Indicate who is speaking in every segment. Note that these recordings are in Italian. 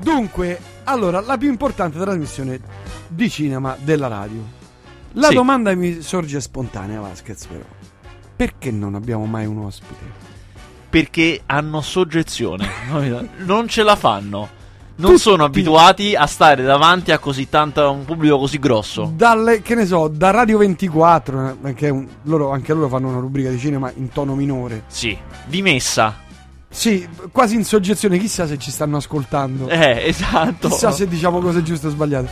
Speaker 1: Dunque, allora, la più importante trasmissione di cinema della radio. La
Speaker 2: Sì.
Speaker 1: domanda mi sorge spontanea, Vasquez, però. Perché non abbiamo mai un ospite?
Speaker 2: Perché hanno soggezione. non ce la fanno. Non sono
Speaker 1: Tutti.
Speaker 2: abituati a stare davanti a così tanto a un pubblico così grosso.
Speaker 1: Dalle, che ne so, da Radio 24, eh, che è un- loro- anche loro fanno una rubrica di cinema in tono minore.
Speaker 2: Sì, di messa.
Speaker 1: Sì, quasi in soggezione, chissà se ci stanno ascoltando.
Speaker 2: Eh, esatto.
Speaker 1: Chissà se diciamo cose giuste o sbagliate.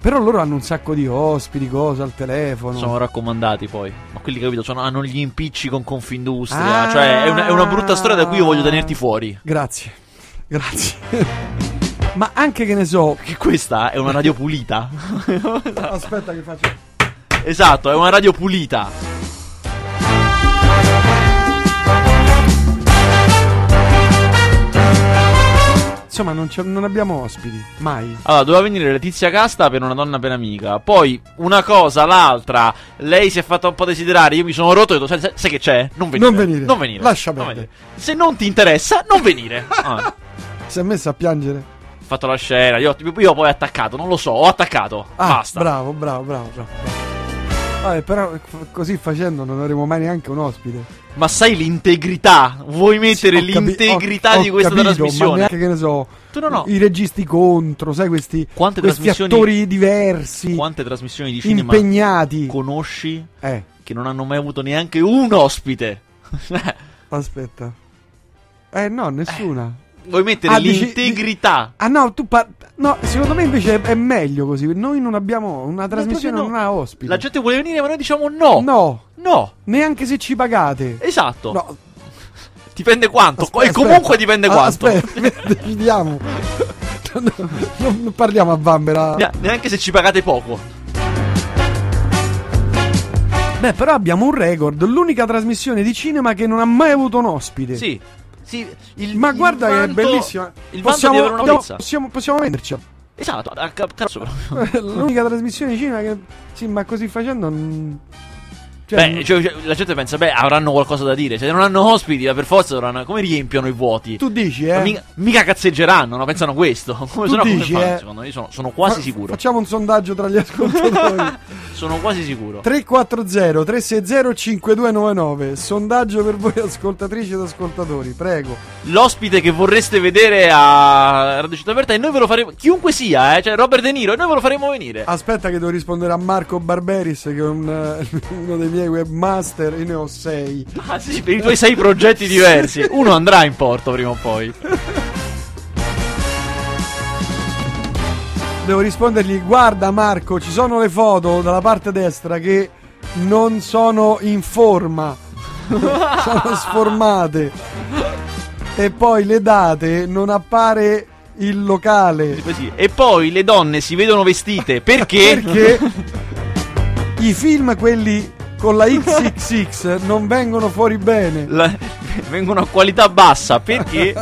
Speaker 1: Però loro hanno un sacco di ospiti, cose al telefono.
Speaker 2: Sono raccomandati poi. Ma quelli capito sono- hanno gli impicci con Confindustria.
Speaker 1: Ah.
Speaker 2: Cioè, è una, è una brutta storia da cui io voglio tenerti fuori.
Speaker 1: Grazie, grazie. Ma anche che ne so.
Speaker 2: Che questa è una radio pulita.
Speaker 1: Aspetta che faccio.
Speaker 2: esatto, è una radio pulita.
Speaker 1: Insomma, non, c'è- non abbiamo ospiti. Mai.
Speaker 2: Allora, doveva venire Letizia Casta per una donna ben amica. Poi, una cosa, l'altra. Lei si è fatta un po' desiderare. Io mi sono rotto e ho detto: sai, sai- sai che c'è? Non venire.
Speaker 1: Non venire.
Speaker 2: Non venire.
Speaker 1: Lascia
Speaker 2: Non
Speaker 1: perdere.
Speaker 2: venire. Se non ti interessa, non venire. Ah,
Speaker 1: Si è messa a piangere.
Speaker 2: ho fatto la scena. Io, io poi ho attaccato. Non lo so. Ho attaccato.
Speaker 1: Ah,
Speaker 2: Basta.
Speaker 1: bravo, bravo, bravo, bravo. Vabbè, però f- così facendo non avremo mai neanche un ospite.
Speaker 2: Ma sai l'integrità? Vuoi mettere
Speaker 1: Ho capi- ho-
Speaker 2: l'integrità
Speaker 1: ho
Speaker 2: di questa
Speaker 1: capito, Ma
Speaker 2: trasmissione?
Speaker 1: neanche che ne so.
Speaker 2: Tu no, no.
Speaker 1: I registi contro, sai, questi,
Speaker 2: Quante
Speaker 1: questi
Speaker 2: trasmissioni-
Speaker 1: attori diversi,
Speaker 2: Quante trasmissioni di cinema
Speaker 1: impegnati.
Speaker 2: conosci
Speaker 1: eh,
Speaker 2: che non hanno mai avuto neanche un ospite?
Speaker 1: aspetta. Eh, no, nessuna.
Speaker 2: Vuoi mettere
Speaker 1: Ah, dici-
Speaker 2: l'integrità?
Speaker 1: Ah no, tu par- No, secondo me invece è, è meglio così. Noi non abbiamo una trasmissione,
Speaker 2: proprio
Speaker 1: non
Speaker 2: no.
Speaker 1: ha ospiti.
Speaker 2: La gente vuole venire, ma noi diciamo no. No,
Speaker 1: No, neanche se ci pagate.
Speaker 2: esatto.
Speaker 1: No,
Speaker 2: Dipende quanto.
Speaker 1: aspe-
Speaker 2: e comunque
Speaker 1: aspetta.
Speaker 2: dipende
Speaker 1: Ah,
Speaker 2: quanto.
Speaker 1: Aspetta, decidiamo. No, no, non parliamo a bambera.
Speaker 2: Ne- neanche se ci pagate poco.
Speaker 1: Beh, però abbiamo un record. L'unica trasmissione di cinema che non ha mai avuto un ospite.
Speaker 2: Sì. Sì, il-
Speaker 1: Ma
Speaker 2: il
Speaker 1: guarda che è
Speaker 2: vanto-
Speaker 1: bellissima.
Speaker 2: Il vanto di avere una
Speaker 1: possiamo,
Speaker 2: pizza.
Speaker 1: possiamo, possiamo venderci.
Speaker 2: Esatto, a ca- cazzo.
Speaker 1: L'unica trasmissione di cinema che. Sì, ma così facendo. mm, Cioè,
Speaker 2: Beh, cioè, cioè, la gente pensa, beh, avranno qualcosa da dire. Se non hanno ospiti, per forza dovranno. Come riempiono i vuoti?
Speaker 1: tu dici,
Speaker 2: Ma
Speaker 1: eh.
Speaker 2: Mica, mica cazzeggeranno, no? Pensano questo. Come
Speaker 1: Tu
Speaker 2: sennò come
Speaker 1: dici,
Speaker 2: fanno?
Speaker 1: eh.
Speaker 2: Secondo me Io sono, sono quasi
Speaker 1: Fa-
Speaker 2: sicuro.
Speaker 1: Facciamo un sondaggio tra gli ascoltatori.
Speaker 2: Sono quasi sicuro.
Speaker 1: 340-360-5299. Sondaggio per voi ascoltatrici ed ascoltatori, prego.
Speaker 2: L'ospite che vorreste vedere a Radio Città Aperta e noi ve lo faremo. Chiunque sia, eh, cioè Robert De Niro, e noi ve lo faremo venire.
Speaker 1: Aspetta che devo rispondere a Marco Barberis che è un, eh, uno dei miei webmaster e ne ho sei.
Speaker 2: Ah, sì, per i tuoi sei progetti diversi. Uno andrà in porto prima o poi.
Speaker 1: Devo rispondergli guarda Marco, ci sono le foto dalla parte destra che non sono in forma. sono sformate. E poi le date non appare il locale.
Speaker 2: Così. E poi le donne si vedono vestite perché.
Speaker 1: Perché i film, quelli con la XXX, non vengono fuori bene.
Speaker 2: la- vengono a qualità bassa perché.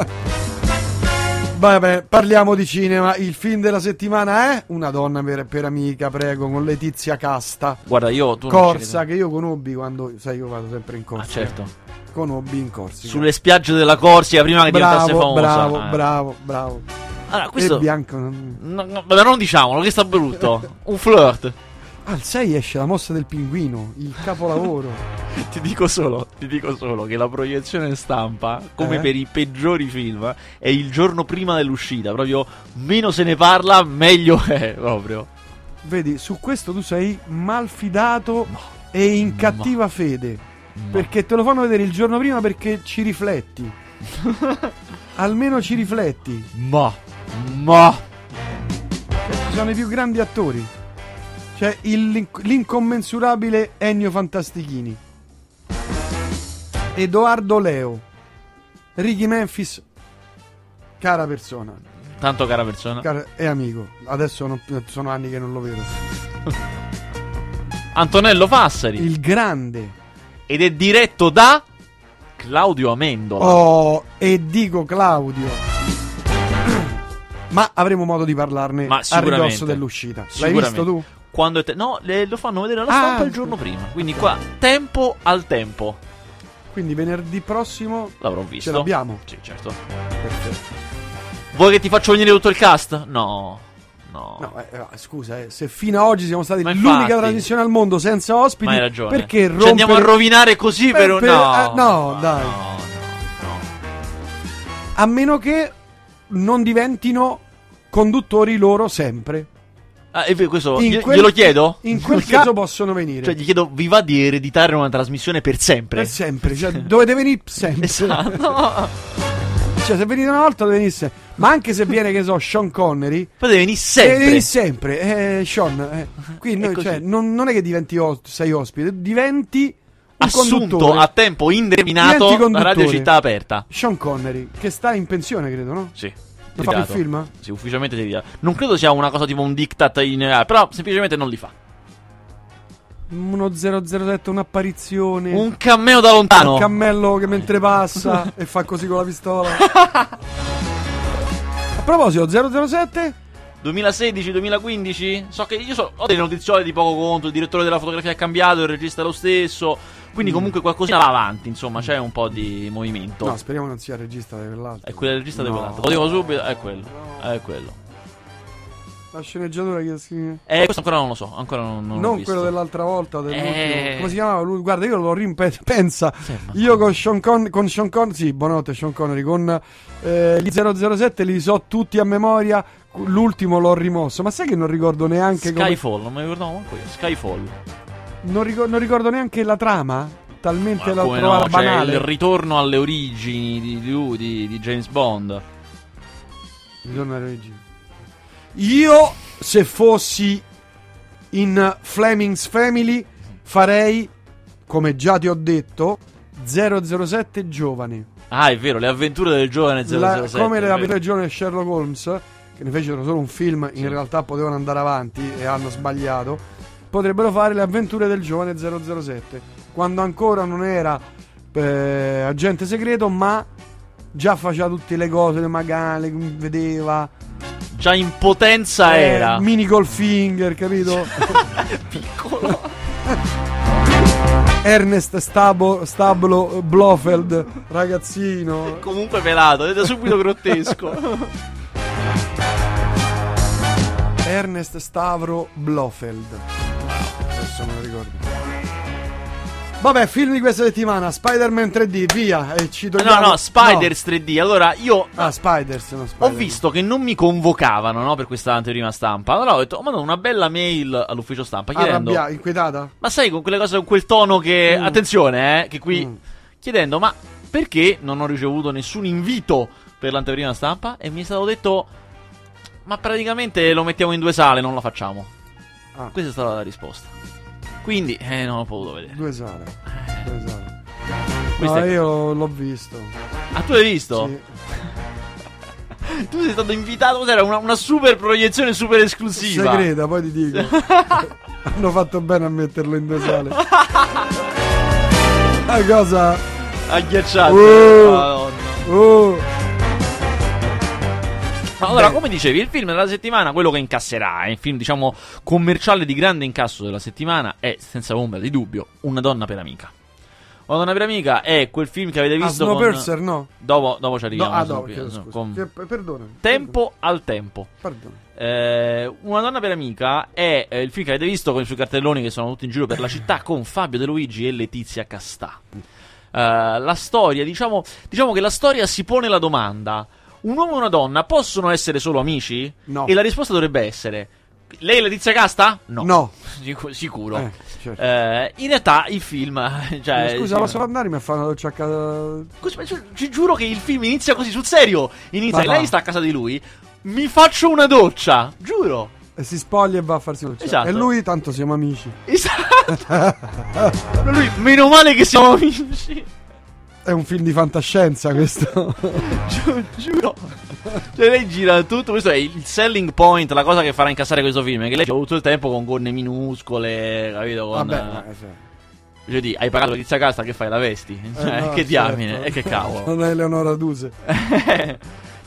Speaker 1: Vabbè, parliamo di cinema. Il film della settimana è Una donna per, per amica, prego, con Letizia Casta.
Speaker 2: Guarda, io. Tu non ci
Speaker 1: Corsa
Speaker 2: credo.
Speaker 1: che io conobbi quando, sai, io vado sempre in corsa.
Speaker 2: Ah, certo.
Speaker 1: Conobbi in corsa.
Speaker 2: Sulle spiagge della Corsica prima che diventasse
Speaker 1: bravo,
Speaker 2: famosa.
Speaker 1: bravo,
Speaker 2: Ah.
Speaker 1: bravo, bravo.
Speaker 2: Allora, questo.
Speaker 1: E Bianco. mm. non-
Speaker 2: No, no, vabbè, non diciamolo, che sta brutto. Un flirt.
Speaker 1: Al 6 esce la mossa del pinguino, il capolavoro.
Speaker 2: Ti dico solo, ti dico solo che la proiezione stampa, come
Speaker 1: Eh?
Speaker 2: per i peggiori film, è il giorno prima dell'uscita. Proprio meno se ne parla, meglio è proprio.
Speaker 1: Vedi, su questo tu sei malfidato e in
Speaker 2: Ma-
Speaker 1: cattiva fede. Perché te lo fanno vedere il giorno prima perché ci rifletti. Almeno ci rifletti.
Speaker 2: Ma, ma,
Speaker 1: Ci sono i più grandi attori. Cioè il- l'incommensurabile Ennio Fantastichini. Edoardo Leo. Ricky Memphis. Cara persona.
Speaker 2: tanto cara persona.
Speaker 1: Cara, è amico. Adesso non- sono anni che non lo vedo.
Speaker 2: Antonello Fassari.
Speaker 1: Il grande.
Speaker 2: Ed è diretto da Claudio Amendola.
Speaker 1: Oh, e dico Claudio. Ma avremo modo di parlarne
Speaker 2: Ma
Speaker 1: a
Speaker 2: sicuramente.
Speaker 1: ridosso dell'uscita. L'hai
Speaker 2: Sicuramente.
Speaker 1: visto tu?
Speaker 2: Quando è te- no, le- lo fanno vedere alla
Speaker 1: Ah.
Speaker 2: stampa il giorno prima. Quindi qua, tempo al tempo.
Speaker 1: Quindi venerdì prossimo
Speaker 2: L'avrò visto.
Speaker 1: l'abbiamo?
Speaker 2: Sì, certo. Vuoi che ti faccio venire tutto il cast? No. No.
Speaker 1: No, eh, eh, scusa, eh, se fino ad oggi siamo stati
Speaker 2: Ma
Speaker 1: l'unica
Speaker 2: infatti.
Speaker 1: trasmissione al mondo senza ospiti,
Speaker 2: Ma hai ragione.
Speaker 1: perché
Speaker 2: Ci
Speaker 1: rompere-
Speaker 2: andiamo a rovinare così per, un.
Speaker 1: per-
Speaker 2: No.
Speaker 1: eh, no,
Speaker 2: Ma
Speaker 1: dai.
Speaker 2: No, no,
Speaker 1: a meno che non diventino conduttori loro sempre.
Speaker 2: no. Ah, e beh, questo
Speaker 1: In
Speaker 2: glie-
Speaker 1: quel-
Speaker 2: glielo chiedo?
Speaker 1: In quel
Speaker 2: Glielo
Speaker 1: caso
Speaker 2: chiedo?
Speaker 1: possono venire.
Speaker 2: Cioè, gli chiedo, vi va di ereditare una trasmissione per sempre?
Speaker 1: Per sempre, cioè, dovete venire sempre.
Speaker 2: Esatto.
Speaker 1: Cioè, se venite una volta dovete venire sempre. Ma anche se viene, che ne so, Sean Connery,
Speaker 2: Poi devi
Speaker 1: deve
Speaker 2: venire sempre.
Speaker 1: venire sempre. Eh, Sean, eh. qui
Speaker 2: È
Speaker 1: noi,
Speaker 2: così.
Speaker 1: cioè, non, non è che diventi os- sei ospite, diventi un
Speaker 2: Assunto
Speaker 1: conduttore.
Speaker 2: a tempo
Speaker 1: Diventi
Speaker 2: indeterminato da
Speaker 1: conduttore.
Speaker 2: Radio Città Aperta.
Speaker 1: Sean Connery, che sta in pensione, credo, no?
Speaker 2: Sì.
Speaker 1: Non fa
Speaker 2: ritirato.
Speaker 1: più film?
Speaker 2: Sì, ufficialmente si ritira. Non credo sia una cosa tipo un diktat in eh, però semplicemente non li fa.
Speaker 1: Uno 007, un'apparizione.
Speaker 2: Un cameo da
Speaker 1: Il
Speaker 2: lontano.
Speaker 1: cammello che mentre passa e fa così con la pistola. A proposito, 007?
Speaker 2: 2016-2015? So che io so, ho delle notiziole di poco conto, il direttore della fotografia è cambiato, il regista è lo stesso,
Speaker 1: Mm.
Speaker 2: quindi comunque qualcosina va avanti, insomma, c'è un po' di movimento.
Speaker 1: No, speriamo non sia il regista di quell'altro.
Speaker 2: è quello del regista di
Speaker 1: No.
Speaker 2: quell'altro. Lo dico subito, è quello. È quello.
Speaker 1: La sceneggiatura che scrive.
Speaker 2: Eh, questo ancora non lo so, ancora non, non l'ho
Speaker 1: Non
Speaker 2: visto.
Speaker 1: quello dell'altra volta. dell'ultimo.
Speaker 2: Eh.
Speaker 1: Come si chiamava? Lui, guarda, io lo rimpenso. Pensa,
Speaker 2: Sì, ma-
Speaker 1: io con Sean Connery. Con Sean Con- sì, buonanotte, Sean Connery. Con eh, gli 007 li so tutti a memoria. L'ultimo l'ho rimosso. Ma sai che non ricordo neanche. come-
Speaker 2: Skyfall, non mi ricordavo manco io. Skyfall.
Speaker 1: non, ricor- non ricordo neanche la trama. Talmente
Speaker 2: Ma
Speaker 1: la
Speaker 2: come
Speaker 1: trovata
Speaker 2: no, c'è
Speaker 1: banale.
Speaker 2: il ritorno alle origini di di lui, di, di James Bond.
Speaker 1: Ritorno alla regina. Io, se fossi in Fleming's Family, farei, come già ti ho detto, 007 giovani.
Speaker 2: Ah, è vero, le avventure del giovane 007.
Speaker 1: La- come le
Speaker 2: è vero.
Speaker 1: avventure giovani di Sherlock Holmes, che ne fecero solo un film, in realtà potevano andare avanti e hanno sbagliato, potrebbero fare le avventure del giovane 007, quando ancora non era eh, agente segreto, ma già faceva tutte le cose, le magane, vedeva...
Speaker 2: Già in potenza
Speaker 1: Eh,
Speaker 2: Ah, era.
Speaker 1: Mini Goldfinger, capito?
Speaker 2: Piccolo.
Speaker 1: Ernest Stabo, Stablo eh, Blofeld, ragazzino.
Speaker 2: Comunque pelato, ed è subito grottesco.
Speaker 1: Ernest Stavro Blofeld. Adesso me lo ricordo. Vabbè, film di questa settimana, Spider-Man 3D, via. E ci
Speaker 2: no,
Speaker 1: togliamo...
Speaker 2: no, Spiders 3D. Allora, io
Speaker 1: No. Ah, Spiders, no,
Speaker 2: ho
Speaker 1: Spider-Man.
Speaker 2: visto che non mi convocavano, no, per questa anteprima stampa. Allora ho detto, ho mandato una bella mail all'ufficio stampa chiedendo...
Speaker 1: Arrabbia, inquietata?
Speaker 2: Ma sai, con quelle cose, con quel tono che...
Speaker 1: Mm.
Speaker 2: Attenzione, eh, che qui...
Speaker 1: Mm.
Speaker 2: Chiedendo, ma perché non ho ricevuto nessun invito per l'anteprima stampa? E mi è stato detto... Ma praticamente lo mettiamo in due sale, non la facciamo.
Speaker 1: Ah.
Speaker 2: Questa è stata la risposta. Quindi, eh, non ho potuto vedere.
Speaker 1: Due sale. Due sale.
Speaker 2: Questa
Speaker 1: No,
Speaker 2: è-
Speaker 1: io l'ho visto.
Speaker 2: Ah, tu l'hai visto?
Speaker 1: Sì.
Speaker 2: Tu sei stato invitato, cos'era? Una, una super proiezione super esclusiva.
Speaker 1: Segreta, poi ti dico. Hanno fatto bene a metterlo in due sale. La cosa.
Speaker 2: Agghiacciato.
Speaker 1: Uh.
Speaker 2: Madonna.
Speaker 1: Oh.
Speaker 2: Ma allora,
Speaker 1: Beh.
Speaker 2: come dicevi, il film della settimana, quello che incasserà, è il film, diciamo, commerciale di grande incasso della settimana è, senza ombra di dubbio, Una donna per amica. Una donna per amica è quel film che avete
Speaker 1: A
Speaker 2: visto con...
Speaker 1: Ah, Snowpiercer, no?
Speaker 2: Dopo, dopo ci
Speaker 1: No,
Speaker 2: arriviamo.
Speaker 1: ah,
Speaker 2: Snow
Speaker 1: no,
Speaker 2: Piercer,
Speaker 1: chiedo
Speaker 2: no,
Speaker 1: scusa.
Speaker 2: con-
Speaker 1: Che- Perdonami.
Speaker 2: Tempo al tempo.
Speaker 1: Perdonami.
Speaker 2: Eh, una donna per amica è eh, il film che avete visto con i suoi cartelloni che sono tutti in giro per la città con Fabio De Luigi e Letizia Castà. Eh, la storia, diciamo, diciamo che la storia si pone la domanda: un uomo e una donna possono essere solo amici?
Speaker 1: No.
Speaker 2: E la risposta dovrebbe essere: lei è Letizia Casta? No.
Speaker 1: No.
Speaker 2: Sicu- sicuro.
Speaker 1: Eh, certo. Eh,
Speaker 2: Eh, in realtà il film. Cioè,
Speaker 1: Scusa,
Speaker 2: sì,
Speaker 1: posso andare a fare una doccia a casa?
Speaker 2: Così, ma gi- Ci giuro che il film inizia così, sul serio. Inizia,
Speaker 1: Ma va.
Speaker 2: lei sta a casa di lui. Mi faccio una doccia, giuro.
Speaker 1: E eh, si spoglia e va a farsi una doccia.
Speaker 2: Esatto.
Speaker 1: E lui, tanto siamo amici.
Speaker 2: Esatto. lui, meno male che siamo amici.
Speaker 1: È un film di fantascienza questo.
Speaker 2: Giu- giuro. Cioè, lei gira tutto. Questo è il selling point, la cosa che farà incassare questo film. È che lei c'è tutto il tempo con gonne minuscole, capito? Con,
Speaker 1: Vabbè, eh, cioè.
Speaker 2: eh, voglio dire, hai pagato la tizia casta, che fai? La vesti? Cioè,
Speaker 1: Eh, no,
Speaker 2: che
Speaker 1: certo.
Speaker 2: diamine, e che cavolo.
Speaker 1: Non è Eleonora Duse.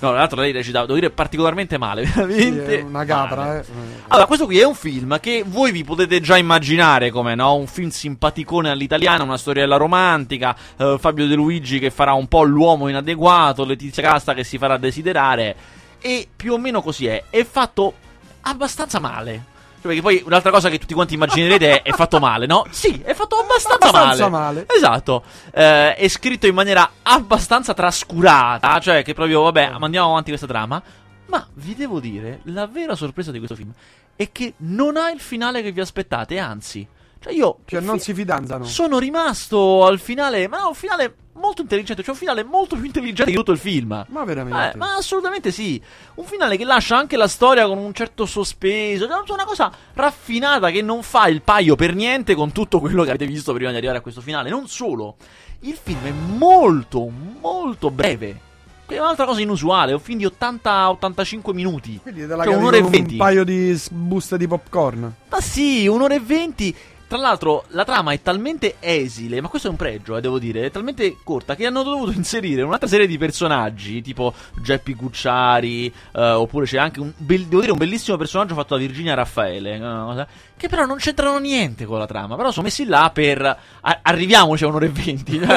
Speaker 2: no, tra l'altro lei recitava, devo dire, particolarmente male,
Speaker 1: Sì,
Speaker 2: veramente.
Speaker 1: è una
Speaker 2: male.
Speaker 1: capra, eh.
Speaker 2: Allora, questo qui è un film che voi vi potete già immaginare come, no? Un film simpaticone all'italiana, una storiella romantica, eh, Fabio De Luigi che farà un po' l'uomo inadeguato, Letizia Casta che si farà desiderare. E più o meno così è. È fatto abbastanza male. Cioè, perché poi un'altra cosa che tutti quanti immaginerete è, è fatto male, no? Sì, è fatto abbastanza,
Speaker 1: Abbastanza male.
Speaker 2: Esatto. Eh, è scritto in maniera abbastanza trascurata. Cioè, che proprio, vabbè,
Speaker 1: Eh.
Speaker 2: andiamo avanti questa trama. Ma vi devo dire, la vera sorpresa di questo film è che non ha il finale che vi aspettate, anzi. Cioè, io.
Speaker 1: Cioè, non si fidanzano.
Speaker 2: Sono rimasto al finale, ma no, un finale molto intelligente, cioè un finale molto più intelligente di tutto il film.
Speaker 1: Ma
Speaker 2: Eh,
Speaker 1: veramente.
Speaker 2: ma assolutamente sì. Un finale che lascia anche la storia con un certo sospeso. Cioè, Una cosa raffinata che non fa il paio per niente con tutto quello che avete visto prima di arrivare a questo finale. Non solo, il film è molto, molto breve. Che è un'altra cosa inusuale. È un film di 80-85 minuti.
Speaker 1: Quindi è della
Speaker 2: Cioè,
Speaker 1: cioè,
Speaker 2: un'ora e
Speaker 1: un
Speaker 2: venti.
Speaker 1: paio di s- buste di popcorn.
Speaker 2: Ma Ah, sì, un'ora e venti. Tra l'altro, la trama è talmente esile, ma questo è un pregio, eh, devo dire, è talmente corta che hanno dovuto inserire un'altra serie di personaggi, tipo Geppi Cucciari, eh, oppure c'è anche un, bel- devo dire, un bellissimo personaggio fatto da Virginia Raffaele, una cosa- che però non c'entrano niente con la trama, però sono messi là per... a- arriviamoci a un'ora e venti.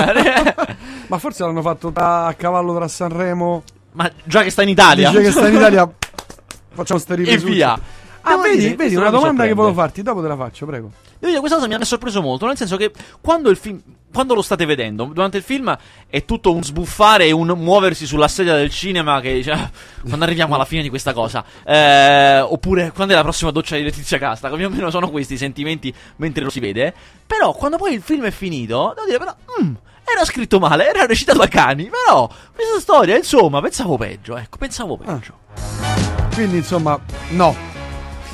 Speaker 1: Ma forse l'hanno fatto tra- a cavallo tra Sanremo.
Speaker 2: ma già che sta in Italia...
Speaker 1: Dice che sta in Italia. Facciamo ste
Speaker 2: E
Speaker 1: riprese.
Speaker 2: via.
Speaker 1: Ah,
Speaker 2: Devo dire,
Speaker 1: vedi, vedi
Speaker 2: questo
Speaker 1: una
Speaker 2: non mi
Speaker 1: domanda che
Speaker 2: sorprende.
Speaker 1: volevo farti, dopo te la faccio, prego.
Speaker 2: Devo dire, questa cosa mi ha sorpreso molto, nel senso che quando il film. Quando lo state vedendo, durante il film è tutto un sbuffare e un muoversi sulla sedia del cinema che dice "Ah, quando arriviamo alla fine di questa cosa, Eh, oppure quando è la prossima doccia di Letizia Casta, che più o meno sono questi i sentimenti mentre lo si vede, però quando poi il film è finito, devo dire però, "Mm, era scritto male, era recitato da cani, però questa storia, insomma, pensavo peggio, ecco, pensavo peggio.
Speaker 1: Quindi, insomma, no,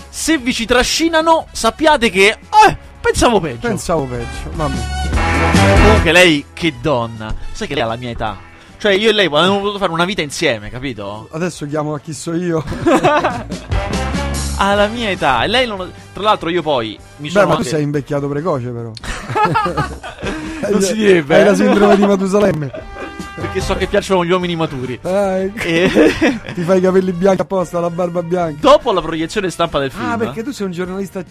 Speaker 2: Se vi ci trascinano, sappiate che... eh, pensavo peggio.
Speaker 1: pensavo peggio. Mamma.
Speaker 2: Comunque lei che donna. Sai che lei ha la mia età. Cioè io e lei avevamo potuto fare una vita insieme, capito?
Speaker 1: Adesso chiamo a chi so io.
Speaker 2: Ha la mia età. E lei non... Tra l'altro io poi mi
Speaker 1: Beh,
Speaker 2: sono...
Speaker 1: ma tu
Speaker 2: anche-
Speaker 1: sei invecchiato precoce, però.
Speaker 2: Non si direbbe,
Speaker 1: Hai
Speaker 2: eh.
Speaker 1: la sindrome di Matusalemme.
Speaker 2: Perché so che piacciono gli uomini maturi.
Speaker 1: Ah, ecco.
Speaker 2: E...
Speaker 1: Ti fai i capelli bianchi apposta, la barba bianca.
Speaker 2: Dopo la proiezione stampa del film...
Speaker 1: Ah, perché tu sei un giornalista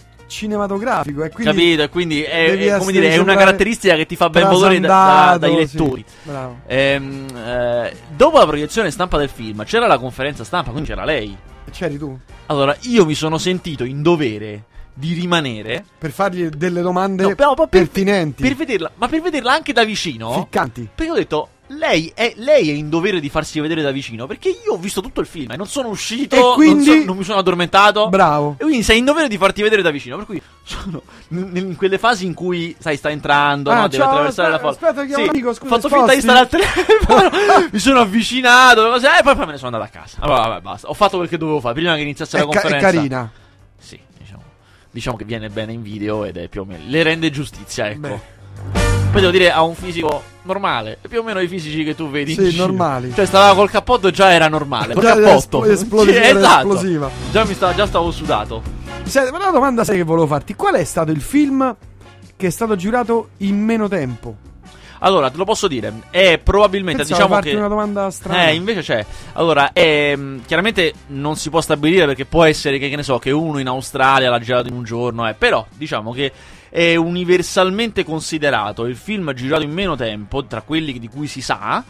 Speaker 1: cinematografico, e quindi
Speaker 2: Capito? E quindi è,
Speaker 1: devi
Speaker 2: è, come
Speaker 1: essere
Speaker 2: dire, è una
Speaker 1: sembrare
Speaker 2: caratteristica che ti fa ben volere da- da-
Speaker 1: trasandato,
Speaker 2: dai
Speaker 1: sì.
Speaker 2: lettori.
Speaker 1: Bravo.
Speaker 2: Ehm, eh, dopo la proiezione stampa del film c'era la conferenza stampa, quindi c'era lei.
Speaker 1: C'eri tu?
Speaker 2: Allora io mi sono sentito in dovere di rimanere
Speaker 1: Per fargli delle domande
Speaker 2: No, però proprio per-
Speaker 1: pertinenti,
Speaker 2: per vederla, ma per vederla anche da vicino.
Speaker 1: ficcanti.
Speaker 2: Perché ho detto, lei è, lei è in dovere di farsi vedere da vicino. Perché io ho visto tutto il film e non sono uscito,
Speaker 1: E
Speaker 2: non
Speaker 1: quindi-
Speaker 2: so- non, mi sono addormentato.
Speaker 1: Bravo.
Speaker 2: e quindi sei in dovere di farti vedere da vicino. Per cui sono in, in quelle fasi in cui, sai, sta entrando,
Speaker 1: Ah,
Speaker 2: no, deve
Speaker 1: ciao,
Speaker 2: attraversare la
Speaker 1: aspetta,
Speaker 2: folla.
Speaker 1: aspetta, chiamo un amico,
Speaker 2: ho
Speaker 1: scusa,
Speaker 2: fatto finta di
Speaker 1: sposti?
Speaker 2: stare al telefono. mi sono avvicinato, cose, e poi, poi me ne sono andato a casa. Allora, vabbè, basta. Ho fatto quel che dovevo fare prima che iniziasse
Speaker 1: È,
Speaker 2: la
Speaker 1: ca- è
Speaker 2: conferenza.
Speaker 1: carina.
Speaker 2: Sì, diciamo. Diciamo che viene bene in video ed è più o meno. Le rende giustizia, ecco.
Speaker 1: Beh.
Speaker 2: Poi devo dire, ha un fisico normale. Più o meno i fisici che tu vedi. in
Speaker 1: Sì,
Speaker 2: giro.
Speaker 1: normali.
Speaker 2: Cioè, stava col cappotto e già era normale. Col
Speaker 1: Già era
Speaker 2: cappotto.
Speaker 1: espl- esplosiva,
Speaker 2: Sì,
Speaker 1: era
Speaker 2: esatto.
Speaker 1: esplosiva.
Speaker 2: Già, mi stava, già stavo sudato.
Speaker 1: Senti, ma una domanda sai che volevo farti. Qual è stato il film che è stato girato in meno tempo?
Speaker 2: Allora, te lo posso dire. È probabilmente,
Speaker 1: Pensavo
Speaker 2: Cioè, diciamo
Speaker 1: farti
Speaker 2: che.
Speaker 1: una domanda strana.
Speaker 2: Eh, invece c'è. Allora, ehm, chiaramente non si può stabilire perché può essere che, che ne so, che uno in Australia l'ha girato in un giorno, eh, però diciamo che è universalmente considerato il film girato in meno tempo, tra quelli di cui si sa,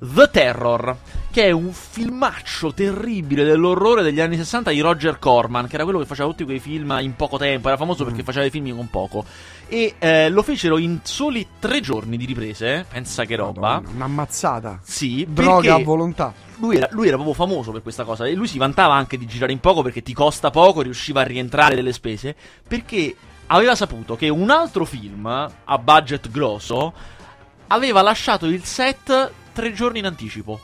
Speaker 2: The Terror, che è un filmaccio terribile dell'orrore degli anni 60 di Roger Corman, che era quello che faceva tutti quei film in poco tempo, era famoso
Speaker 1: Mm.
Speaker 2: perché faceva i film con poco, e eh, lo fecero in soli tre giorni di riprese, eh, pensa che roba.
Speaker 1: Madonna, Un'ammazzata.
Speaker 2: Sì,
Speaker 1: Droga a
Speaker 2: perché
Speaker 1: volontà.
Speaker 2: lui era, lui era proprio famoso per questa cosa e lui si vantava anche di girare in poco perché ti costa poco, riusciva a rientrare delle spese, perché aveva saputo che un altro film a budget grosso aveva lasciato il set tre giorni in anticipo.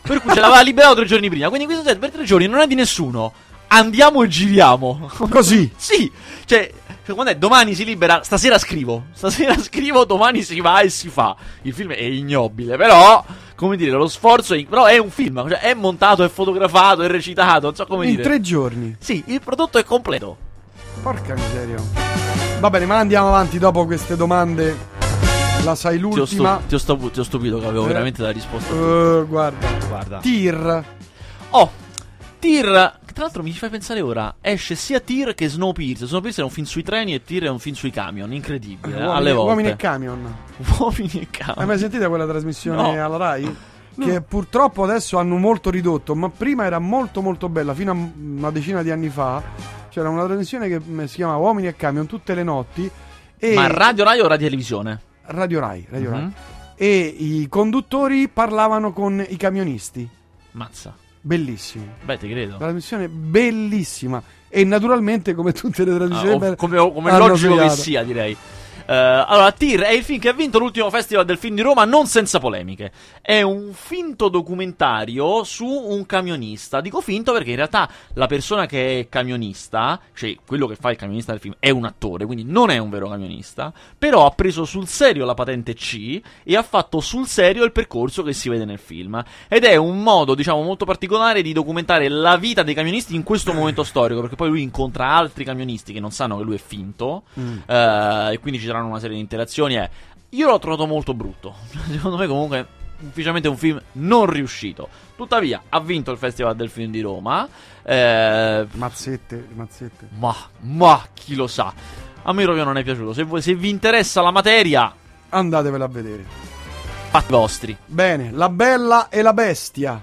Speaker 2: Per cui ce l'aveva liberato tre giorni prima, quindi questo set per tre giorni non è di nessuno. Andiamo e giriamo.
Speaker 1: Così.
Speaker 2: Sì, cioè, cioè, quando è domani si libera, stasera scrivo, stasera scrivo, domani si va e si fa. Il film è ignobile, però, come dire, lo sforzo è, però è un film, cioè, è montato, è fotografato, è recitato, non so come
Speaker 1: in
Speaker 2: dire.
Speaker 1: tre giorni.
Speaker 2: Sì, il prodotto è completo.
Speaker 1: Porca miseria. Va bene, ma andiamo avanti dopo queste domande. La sai
Speaker 2: Ti ho,
Speaker 1: l'ultima.
Speaker 2: stu- ti ho stup- ti ho stupito che avevo
Speaker 1: Eh.
Speaker 2: veramente la risposta.
Speaker 1: Eh, guarda.
Speaker 2: Guarda.
Speaker 1: Tir.
Speaker 2: Oh, Tyr. che Tra l'altro mi fai pensare ora, esce sia Tyr che Snowpiercer. Snowpiercer è un film sui treni e Tyr è un film sui camion, incredibile.
Speaker 1: Uomini,
Speaker 2: Eh,
Speaker 1: Eh,
Speaker 2: alle volte.
Speaker 1: uomini e camion.
Speaker 2: Uomini e camion.
Speaker 1: Hai mai sentito quella trasmissione
Speaker 2: No.
Speaker 1: alla Rai? che purtroppo adesso hanno molto ridotto, ma prima era molto molto bella, fino a m- una decina di anni fa c'era una trasmissione che mm, si chiamava Uomini e Camion tutte le notti e
Speaker 2: Ma Radio Rai o Radio Televisione?
Speaker 1: Radio Rai, Radio Rai.
Speaker 2: Mhm.
Speaker 1: e i conduttori parlavano con i camionisti,
Speaker 2: Mazza.
Speaker 1: bellissimo.
Speaker 2: Beh, ti credo.
Speaker 1: La trasmissione bellissima e naturalmente come tutte le
Speaker 2: Ah,
Speaker 1: trasmissioni
Speaker 2: ov-
Speaker 1: belle,
Speaker 2: come come
Speaker 1: hanno
Speaker 2: logico che
Speaker 1: fregato.
Speaker 2: sia, direi. Eh, allora, Tir è il film che ha vinto l'ultimo festival del film di Roma, non senza polemiche. È un finto documentario su un camionista. Dico finto perché in realtà la persona che è camionista, cioè quello che fa il camionista del film, è un attore, quindi non è un vero camionista. Però ha preso sul serio la patente C e ha fatto sul serio il percorso che si vede nel film. Ed è un modo, diciamo, molto particolare di documentare la vita dei camionisti in questo momento storico, perché poi lui incontra altri camionisti che non sanno che lui è finto,
Speaker 1: Mm.
Speaker 2: eh, e quindi ci saranno una serie di interazioni. eh. Io l'ho trovato molto brutto. Secondo me, comunque, ufficialmente è un film non riuscito. Tuttavia, ha vinto il Festival del Film di Roma. eh,
Speaker 1: mazzette, mazzette.
Speaker 2: ma, ma chi lo sa. A me proprio non è piaciuto. Se, voi- se vi interessa la materia,
Speaker 1: Andatevela a vedere.
Speaker 2: fatti vostri.
Speaker 1: Bene, La Bella e la Bestia.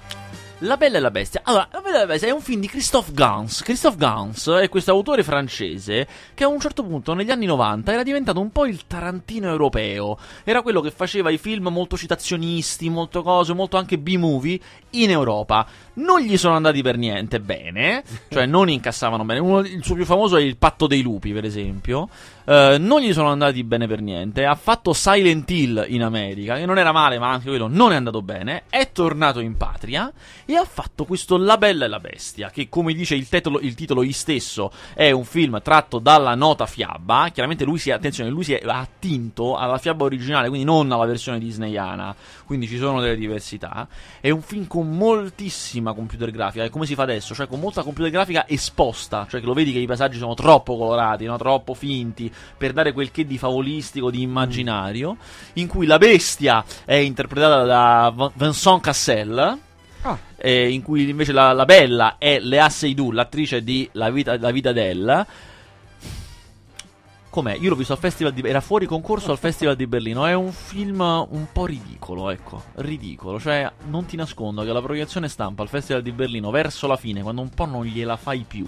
Speaker 2: La Bella e la Bestia. Allora, La Bella e la Bestia è un film di Christophe Gans. Christophe Gans è questo autore francese che a un certo punto, negli anni 90, era diventato un po' il Tarantino europeo. Era quello che faceva i film molto citazionisti, molto cose, molto anche B-movie in Europa. Non gli sono andati per niente bene, cioè non incassavano bene. Uno- il suo più famoso è Il Patto dei Lupi, per esempio. Eh, non gli sono andati bene per niente. Ha fatto Silent Hill in America, che non era male, ma anche quello non è andato bene. È tornato in patria e ha fatto questo La Bella e la Bestia, che come dice il titolo, il titolo gli stesso è un film tratto dalla nota fiaba. Chiaramente lui si è, attenzione, lui si è attinto alla fiaba originale, quindi non alla versione disneyana, quindi ci sono delle diversità. È un film con moltissima computer grafica, è come si fa adesso, cioè con molta computer grafica esposta, cioè che lo vedi che i passaggi sono troppo colorati, no? troppo finti, per dare quel che di favolistico, di immaginario, in cui la bestia è interpretata da Van- Vincent Cassel.
Speaker 1: Ah.
Speaker 2: eh, in cui invece la, la bella è Lea Seydoux, l'attrice di La vita, la vita del. Com'è? Io l'ho visto al festival di. Era fuori concorso al festival di Berlino. È un film un po' ridicolo, ecco. Ridicolo. Cioè, non ti nascondo che la proiezione stampa al festival di Berlino, verso la fine, quando un po' non gliela fai più,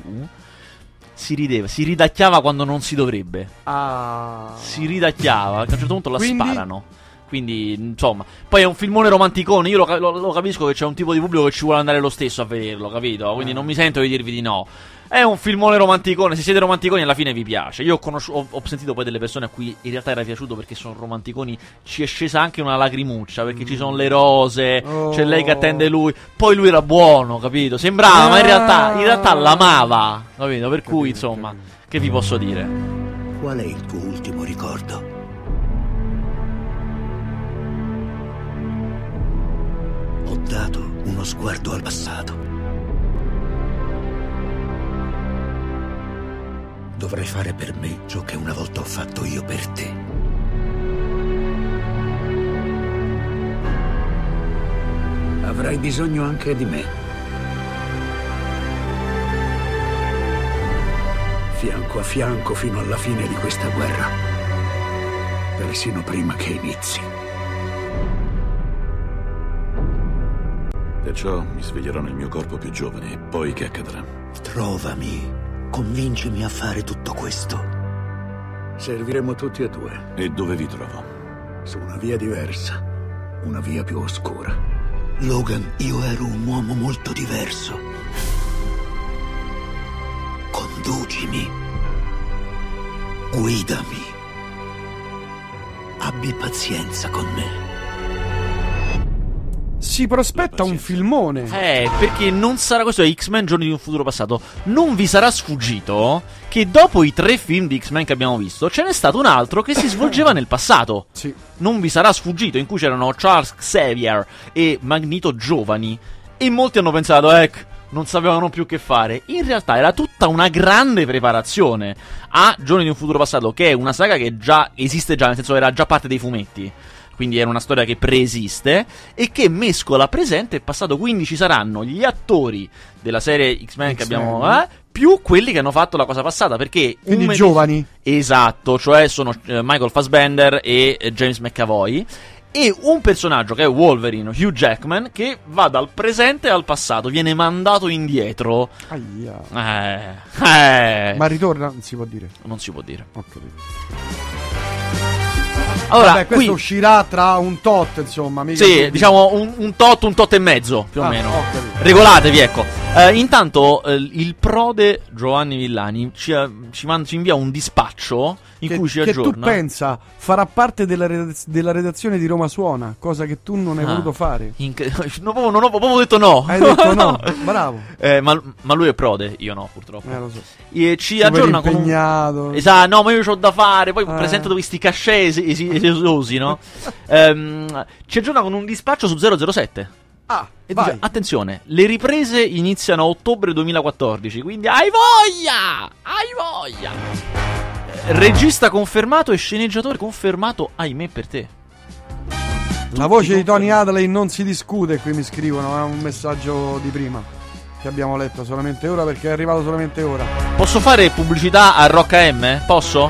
Speaker 2: si rideva. Si ridacchiava quando non si dovrebbe
Speaker 1: Ah.
Speaker 2: si ridacchiava. Che a un certo punto la
Speaker 1: Quindi?
Speaker 2: sparano. Quindi, insomma, poi è un filmone romanticone. Io lo, lo- lo capisco che c'è un tipo di pubblico che ci vuole andare lo stesso a vederlo, capito? Quindi
Speaker 1: Ah.
Speaker 2: non mi sento di dirvi di no. È un filmone romanticone. Se siete romanticoni, alla fine vi piace. Io ho, conosci- ho- ho sentito poi delle persone a cui in realtà era piaciuto perché sono romanticoni. Ci è scesa anche una lacrimuccia perché ci sono le rose.
Speaker 1: Oh. Ah.
Speaker 2: C'è lei che attende lui. Poi lui era buono, capito? Sembrava, ma in realtà, in realtà l'amava, capito? Per cui,
Speaker 1: Capito,
Speaker 2: insomma,
Speaker 1: capito.
Speaker 2: che vi posso dire?
Speaker 3: Qual è il tuo ultimo ricordo? Ho dato uno sguardo al passato. Dovrai fare per me ciò che una volta ho fatto io per te. Avrai bisogno anche di me. fianco a fianco fino alla fine di questa guerra. Persino prima che inizi.
Speaker 4: Perciò mi sveglierò nel mio corpo più giovane e poi che accadrà?
Speaker 3: Trovami. Convincimi a fare tutto questo. Serviremo tutti e due
Speaker 4: E dove vi trovo?
Speaker 3: su una via diversa, una via più oscura. Logan, io ero un uomo molto diverso. Conducimi. Guidami. Abbi pazienza con me.
Speaker 1: Si prospetta un filmone.
Speaker 2: Eh, perché non sarà questo è X-Men Giorni di un futuro passato. Non vi sarà sfuggito che dopo i tre film di X-Men che abbiamo visto, ce n'è stato un altro che si svolgeva nel passato.
Speaker 1: Sì.
Speaker 2: Non vi sarà sfuggito, in cui c'erano Charles Xavier e Magneto Giovani. E molti hanno pensato, ecco. Non sapevano più che fare. In realtà era tutta una grande preparazione a Giorni di un futuro passato, che è una saga che già esiste già, nel senso era già parte dei fumetti quindi era una storia che preesiste e che mescola presente e passato, quindi ci saranno gli attori della serie X-Men che
Speaker 1: X-Men.
Speaker 2: abbiamo eh, più quelli che hanno fatto la cosa passata, perché un
Speaker 1: Quindi
Speaker 2: mese-
Speaker 1: giovani.
Speaker 2: Esatto, cioè sono eh, Michael Fassbender e eh, James McAvoy e un personaggio che è Wolverine, Hugh Jackman, che va dal presente al passato, viene mandato indietro.
Speaker 1: Aia.
Speaker 2: Eh, eh,
Speaker 1: Ma ritorna? Non si può dire.
Speaker 2: non si può dire.
Speaker 1: Ho capito.
Speaker 2: Allora,
Speaker 1: Vabbè, questo
Speaker 2: qui,
Speaker 1: uscirà tra un tot, insomma. mica
Speaker 2: sì,
Speaker 1: subito.
Speaker 2: diciamo un, un tot, un tot e mezzo, più o
Speaker 1: Ah,
Speaker 2: meno.
Speaker 1: ho capito.
Speaker 2: Regolatevi, ecco. Eh, intanto eh, il prode Giovanni Villani ci, eh, ci man- ci invia un dispaccio in
Speaker 1: che,
Speaker 2: cui ci
Speaker 1: che
Speaker 2: aggiorna.
Speaker 1: tu pensa farà parte della, redaz- della redazione di Roma Suona, cosa che tu non hai
Speaker 2: Ah.
Speaker 1: voluto fare.
Speaker 2: Inc- no, proprio- non ho proprio detto no.
Speaker 1: Hai detto no, bravo.
Speaker 2: Eh, ma, ma lui è prode, io no, purtroppo.
Speaker 1: Eh, lo so.
Speaker 2: Eh, ci
Speaker 1: Super
Speaker 2: aggiorna con un,
Speaker 1: impegnato.
Speaker 2: Esatto, no, ma io ho da fare. Poi
Speaker 1: Ah.
Speaker 2: presento questi cachet es- es- esosi, no? Ehm, ci aggiorna con un dispaccio su 007.
Speaker 1: Ah,
Speaker 2: E
Speaker 1: vai.
Speaker 2: dice: Attenzione, le riprese iniziano a ottobre 2014. Quindi hai voglia! Hai voglia! Eh, Regista confermato e sceneggiatore confermato, ahimè, per te.
Speaker 1: La voce di Tony Adley non si discute, qui mi scrivono, è un messaggio di prima che abbiamo letto solamente ora perché è arrivato solamente ora.
Speaker 2: Posso fare pubblicità a Rock M? Posso?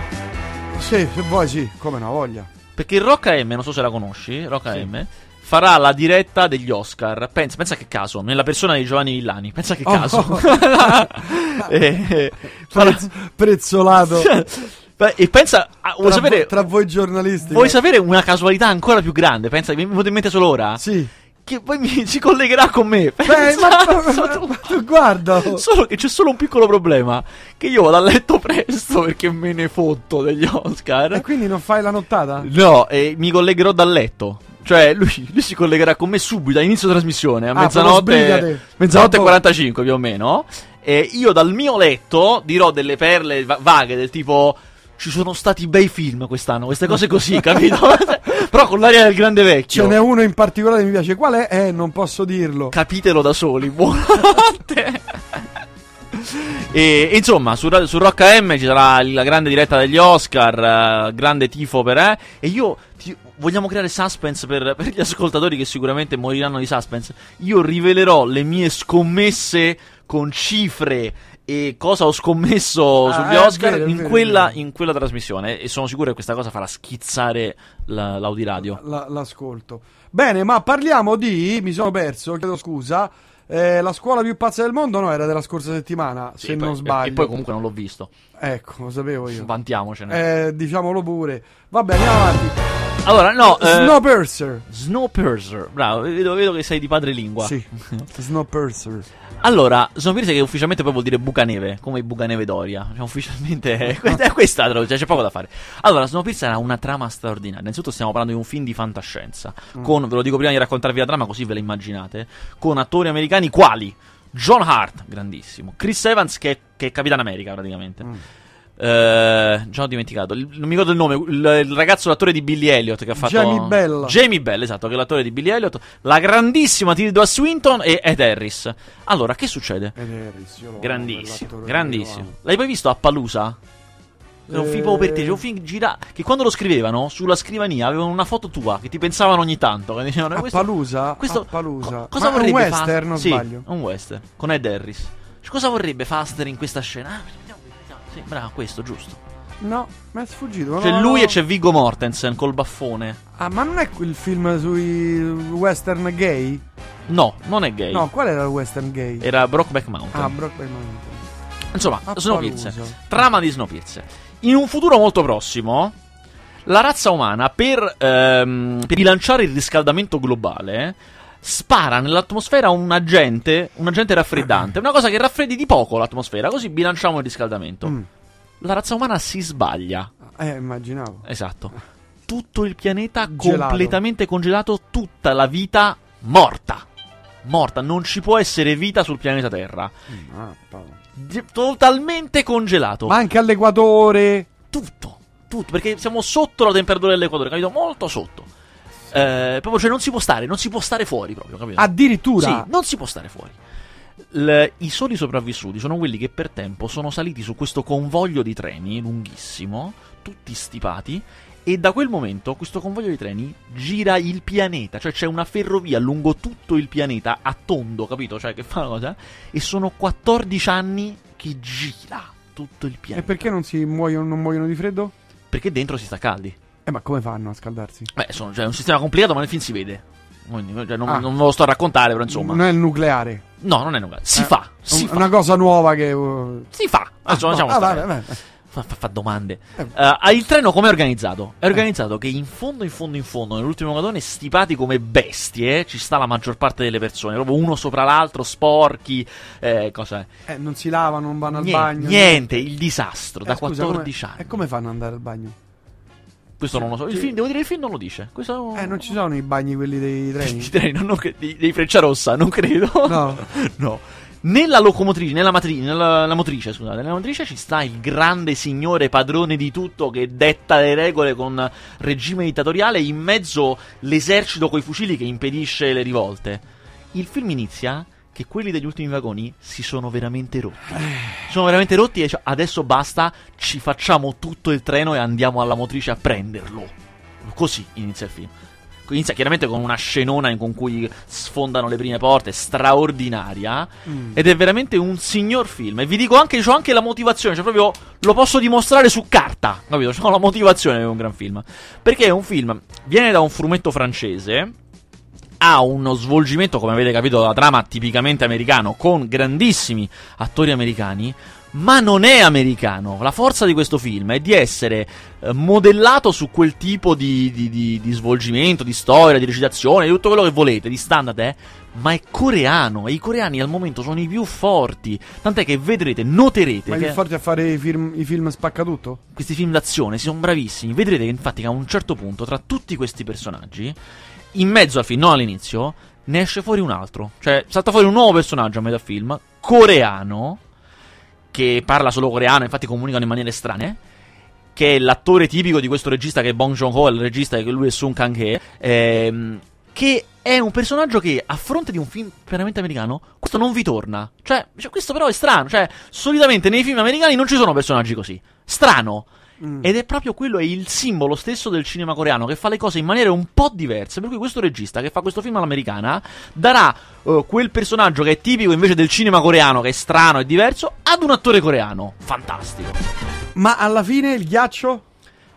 Speaker 1: Sì, se vuoi sì, come no, voglia.
Speaker 2: Perché Rock M, non so se la conosci, Rock M farà la diretta degli Oscar. Pensa, pensa che caso, nella persona di Giovanni Villani. Pensa che
Speaker 1: Oh.
Speaker 2: caso. Eh, eh, farà-
Speaker 1: Prez- prezzolato tra,
Speaker 2: Beh, e pensa, ah, Cioè, vuoi sapere,
Speaker 1: vo- tra voi giornalisti.
Speaker 2: vuoi sapere una casualità ancora più grande? Pensa, mi è venuta in mente solo ora.
Speaker 1: Sì.
Speaker 2: Che poi mi, si collegherà con me.
Speaker 1: Beh,
Speaker 2: Pensa,
Speaker 1: ma, ma-
Speaker 2: solo-
Speaker 1: ma tu guarda. oh.
Speaker 2: Solo che c'è solo un piccolo problema. Che io vado a letto presto perché me ne fotto degli Oscar.
Speaker 1: E quindi non fai la nottata?
Speaker 2: No, e mi collegherò dal letto. Cioè, lui, lui si collegherà con me subito all'inizio trasmissione, a
Speaker 1: Ah, proprio sbrigati.
Speaker 2: mezzanotte, mezzanotte e
Speaker 1: Vabbò.
Speaker 2: 45 più o meno. E io dal mio letto dirò delle perle va- vaghe del tipo. Ci sono stati bei film quest'anno, queste cose così, capito? Però con l'aria del grande
Speaker 1: Ce
Speaker 2: vecchio.
Speaker 1: n'è uno in particolare che mi piace. Qual è? Eh, non posso dirlo.
Speaker 2: Capitelo da soli, buonanotte. e, e insomma, su, Ra- su Rock AM ci sarà la grande diretta degli Oscar, eh, grande tifo per eh. E io ti- vogliamo creare suspense per, per gli ascoltatori che sicuramente moriranno di suspense. Io rivelerò le mie scommesse con cifre e cosa ho scommesso
Speaker 1: Ah,
Speaker 2: sugli
Speaker 1: è
Speaker 2: Oscar
Speaker 1: vero, è
Speaker 2: in,
Speaker 1: vero, è
Speaker 2: quella,
Speaker 1: vero.
Speaker 2: in quella trasmissione. E sono sicuro che questa cosa farà schizzare la- l'audiradio.
Speaker 1: La- l'ascolto. Bene, ma parliamo di. Mi sono perso, chiedo scusa. eh, la scuola più pazza del mondo, no, era della scorsa settimana.
Speaker 2: Sì,
Speaker 1: se
Speaker 2: poi-
Speaker 1: non sbaglio.
Speaker 2: E poi comunque non l'ho visto.
Speaker 1: Ecco, lo sapevo io.
Speaker 2: Vantiamocene.
Speaker 1: Eh, diciamolo pure. Vabbè, andiamo avanti.
Speaker 2: Allora, no, eh,
Speaker 1: Snowpiercer.
Speaker 2: Snowpiercer, bravo, vedo, vedo che sei di padre lingua.
Speaker 1: Sì, Snowpiercer.
Speaker 2: Allora, Snowpiercer che ufficialmente poi vuol dire bucaneve, come bucaneve d'Oria. Cioè, ufficialmente è, questa- è questa la traduzione, c'è poco da fare. Allora, Snowpiercer ha una trama straordinaria. Innanzitutto stiamo parlando di un film di fantascienza.
Speaker 1: Mm.
Speaker 2: Con, ve lo dico prima di raccontarvi la trama, così ve la immaginate. Con attori americani quali John Hart, grandissimo, Chris Evans che, è- che è Capitan America praticamente.
Speaker 1: Mm.
Speaker 2: Eh, già ho dimenticato, il- non mi ricordo il nome, il, il ragazzo, l'attore di Billy Elliot che ha fatto...
Speaker 1: Jamie Bell.
Speaker 2: Jamie Bell, esatto, che è l'attore di Billy Elliot, la grandissima Tilda Swinton e Ed Harris. Allora, che succede?
Speaker 1: Ed Harris, io lo amo,
Speaker 2: Grandissimo,
Speaker 1: quell'attore
Speaker 2: grandissimo.
Speaker 1: lì,
Speaker 2: L'hai mai visto a Palusa? Era un film proprio per te,
Speaker 1: Eh.
Speaker 2: c'era un film gira che quando lo scrivevano sulla scrivania avevano una foto tua che ti pensavano ogni tanto, che
Speaker 1: lo
Speaker 2: dicevano
Speaker 1: amo. A
Speaker 2: questo,
Speaker 1: Palusa?
Speaker 2: questo
Speaker 1: a Palusa.
Speaker 2: co- cosa
Speaker 1: Ma è
Speaker 2: vorrebbe
Speaker 1: un western,
Speaker 2: Faster-
Speaker 1: non
Speaker 2: sì,
Speaker 1: sbaglio.
Speaker 2: è un western con Ed Harris. Cioè, cosa vorrebbe Faster in questa scena? Ah, vediamo, vediamo, sì, bravo, questo giusto.
Speaker 1: No, ma è sfuggito.
Speaker 2: C'è
Speaker 1: no,
Speaker 2: lui
Speaker 1: no.
Speaker 2: e c'è Viggo Mortensen col baffone.
Speaker 1: Ah, ma non è quel film sui western gay?
Speaker 2: No, non è gay.
Speaker 1: No, qual era il western gay?
Speaker 2: Era Brockback Mountain.
Speaker 1: Ah, Brockback Mountain.
Speaker 2: Insomma,
Speaker 1: Ah,
Speaker 2: Snowpiercer.
Speaker 1: Palusa.
Speaker 2: Trama di Snowpiercer. In un futuro molto prossimo, la razza umana, per, ehm, per bilanciare il riscaldamento globale, spara nell'atmosfera un agente, un agente raffreddante. Una cosa che raffreddi di poco l'atmosfera, così bilanciamo il riscaldamento.
Speaker 1: Mm.
Speaker 2: La razza umana si sbaglia.
Speaker 1: Eh, immaginavo.
Speaker 2: Esatto. Tutto il pianeta
Speaker 1: Gelato.
Speaker 2: completamente congelato, tutta la vita morta. Morta, non ci può essere vita sul pianeta Terra.
Speaker 1: Mm, ah,
Speaker 2: Di- Totalmente congelato.
Speaker 1: Ma anche all'Equatore.
Speaker 2: tutto, tutto, perché siamo sotto la temperatura dell'equatore, capito? Molto sotto. Eh, proprio, cioè, non si può stare, non si può stare fuori, proprio, capito?
Speaker 1: Addirittura.
Speaker 2: Sì, non si può stare fuori. L- I soli sopravvissuti sono quelli che per tempo sono saliti su questo convoglio di treni lunghissimo, tutti stipati. E da quel momento questo convoglio di treni gira il pianeta, cioè c'è una ferrovia lungo tutto il pianeta a tondo, capito? Cioè che fa una cosa. E sono 14 anni che gira tutto il pianeta.
Speaker 1: E perché non si muoiono, non muoiono di freddo?
Speaker 2: Perché dentro si sta caldi.
Speaker 1: Eh, ma come fanno a scaldarsi?
Speaker 2: Beh, sono, cioè, è un sistema complicato, ma nel film si vede. Quindi, cioè, non,
Speaker 1: Ah.
Speaker 2: non ve lo sto a raccontare, però insomma.
Speaker 1: Non è il nucleare.
Speaker 2: No, non è nulla. Si
Speaker 1: Eh,
Speaker 2: fa. Si
Speaker 1: Un-
Speaker 2: fa.
Speaker 1: Una cosa nuova che. uh,
Speaker 2: Si fa. Adesso
Speaker 1: no,
Speaker 2: facciamo
Speaker 1: ah,
Speaker 2: stare.
Speaker 1: vabbè, vabbè.
Speaker 2: Fa, fa- fa domande.
Speaker 1: Eh.
Speaker 2: Eh, il treno com'è organizzato? È organizzato che in fondo, in fondo, in fondo, nell'ultimo vagone, stipati come bestie, ci sta la maggior parte delle persone. Proprio uno sopra l'altro, sporchi. Eh, cosa è?
Speaker 1: Eh, non si lavano, non vanno al
Speaker 2: Niente,
Speaker 1: bagno.
Speaker 2: niente, il disastro.
Speaker 1: Eh,
Speaker 2: da
Speaker 1: scusa,
Speaker 2: 14
Speaker 1: come-
Speaker 2: anni.
Speaker 1: E come fanno ad andare al bagno?
Speaker 2: Questo non lo so. Il
Speaker 1: Sì.
Speaker 2: film, devo dire, il film non lo dice. Questo
Speaker 1: Eh, non ci sono i bagni quelli dei
Speaker 2: Di
Speaker 1: treni?
Speaker 2: Oh. treni, non- non cre- di, dei Frecciarossa, non credo.
Speaker 1: No.
Speaker 2: No. Nella locomotrice, nella, matri- nella la motrice, scusate, nella motrice ci sta il grande signore padrone di tutto che detta le regole con regime dittatoriale in mezzo l'esercito coi fucili che impedisce le rivolte. Il film inizia che quelli degli ultimi vagoni si sono veramente rotti. Sono veramente rotti e cioè, adesso basta, ci facciamo tutto il treno e andiamo alla motrice a prenderlo. Così inizia il film. Inizia chiaramente con una scenona in con cui sfondano le prime porte, straordinaria.
Speaker 1: Mm.
Speaker 2: Ed è veramente un signor film. E vi dico anche, c'ho anche la motivazione, cioè proprio lo posso dimostrare su carta. Capito? C'ho la motivazione, è un gran film. Perché è un film, viene da un fumetto francese. Ha uno svolgimento, come avete capito, della trama tipicamente americano, con grandissimi attori americani. Ma non è americano. La forza di questo film è di essere eh, modellato su quel tipo di, di- di- di svolgimento, di storia, di recitazione, di tutto quello che volete, di standard, eh. Ma è coreano e i coreani al momento sono i più forti. Tant'è che vedrete, noterete.
Speaker 1: Ma
Speaker 2: Eh, che
Speaker 1: i forti a fare i film, i film spaccatutto?
Speaker 2: questi film d'azione si sono bravissimi. Vedrete che infatti che a un certo punto, tra tutti questi personaggi, in mezzo al film, non all'inizio, ne esce fuori un altro. Cioè, salta fuori un nuovo personaggio a metà film, coreano, che parla solo coreano, infatti comunicano in maniere strane. Che è l'attore tipico di questo regista che è Bong Joon-ho, il regista che lui è Sun Kang-hee, ehm, che è un personaggio che a fronte di un film veramente americano, questo non vi torna. Cioè, cioè, questo però è strano, cioè, solitamente nei film americani non ci sono personaggi così. Strano,
Speaker 1: Mm.
Speaker 2: ed è proprio quello, è il simbolo stesso del cinema coreano che fa le cose in maniere un po' diverse. Per cui questo regista che fa questo film all'americana darà eh, quel personaggio che è tipico invece del cinema coreano, che è strano e diverso, ad un attore coreano. Fantastico.
Speaker 1: Ma alla fine il ghiaccio?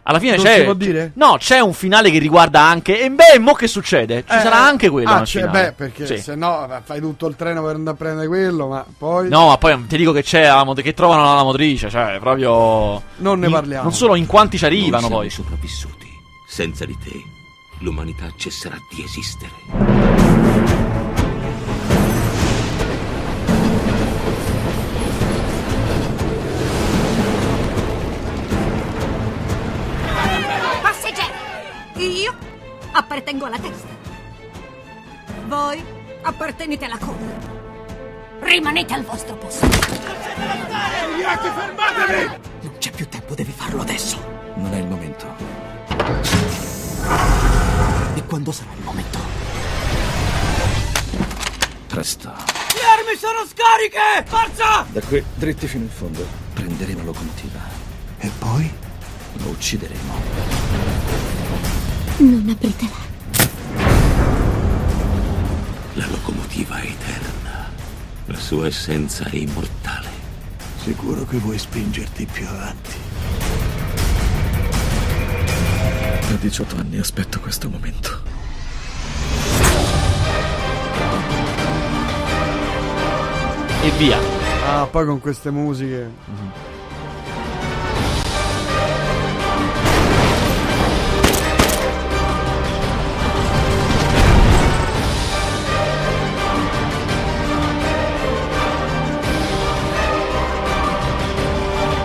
Speaker 2: Alla fine
Speaker 1: Non
Speaker 2: c'è.
Speaker 1: si può dire?
Speaker 2: No, c'è un finale che riguarda anche. E beh, mo che succede? Ci
Speaker 1: Eh,
Speaker 2: sarà anche quello.
Speaker 1: Ah,
Speaker 2: nel
Speaker 1: c'è-
Speaker 2: finale.
Speaker 1: beh, perché
Speaker 2: Sì.
Speaker 1: se no va- fai tutto il treno per andare a prendere quello, ma poi.
Speaker 2: No, ma poi ti dico che c'è la mot- che trovano la motrice, cioè, proprio.
Speaker 1: Non ne
Speaker 2: in-
Speaker 1: parliamo.
Speaker 2: Non solo in quanti ci
Speaker 5: Noi
Speaker 2: arrivano
Speaker 5: siamo
Speaker 2: poi.
Speaker 5: sopravvissuti. Senza di te, l'umanità cesserà di esistere.
Speaker 6: Passeggeri, io appartengo alla testa. Voi appartenete alla coda. Rimanete al vostro posto.
Speaker 5: Non c'è più tempo, devi farlo adesso. Non è il momento. E quando sarà il momento? Presto. Le armi sono scariche! Forza! Da qui, dritti fino in fondo. Prenderemo locomotiva. E poi? Lo uccideremo.
Speaker 7: La locomotiva è eterna. La sua essenza è immortale.
Speaker 3: Sicuro che vuoi spingerti più avanti.
Speaker 5: Da 18 anni aspetto questo momento.
Speaker 2: E via.
Speaker 1: Ah, poi con queste musiche.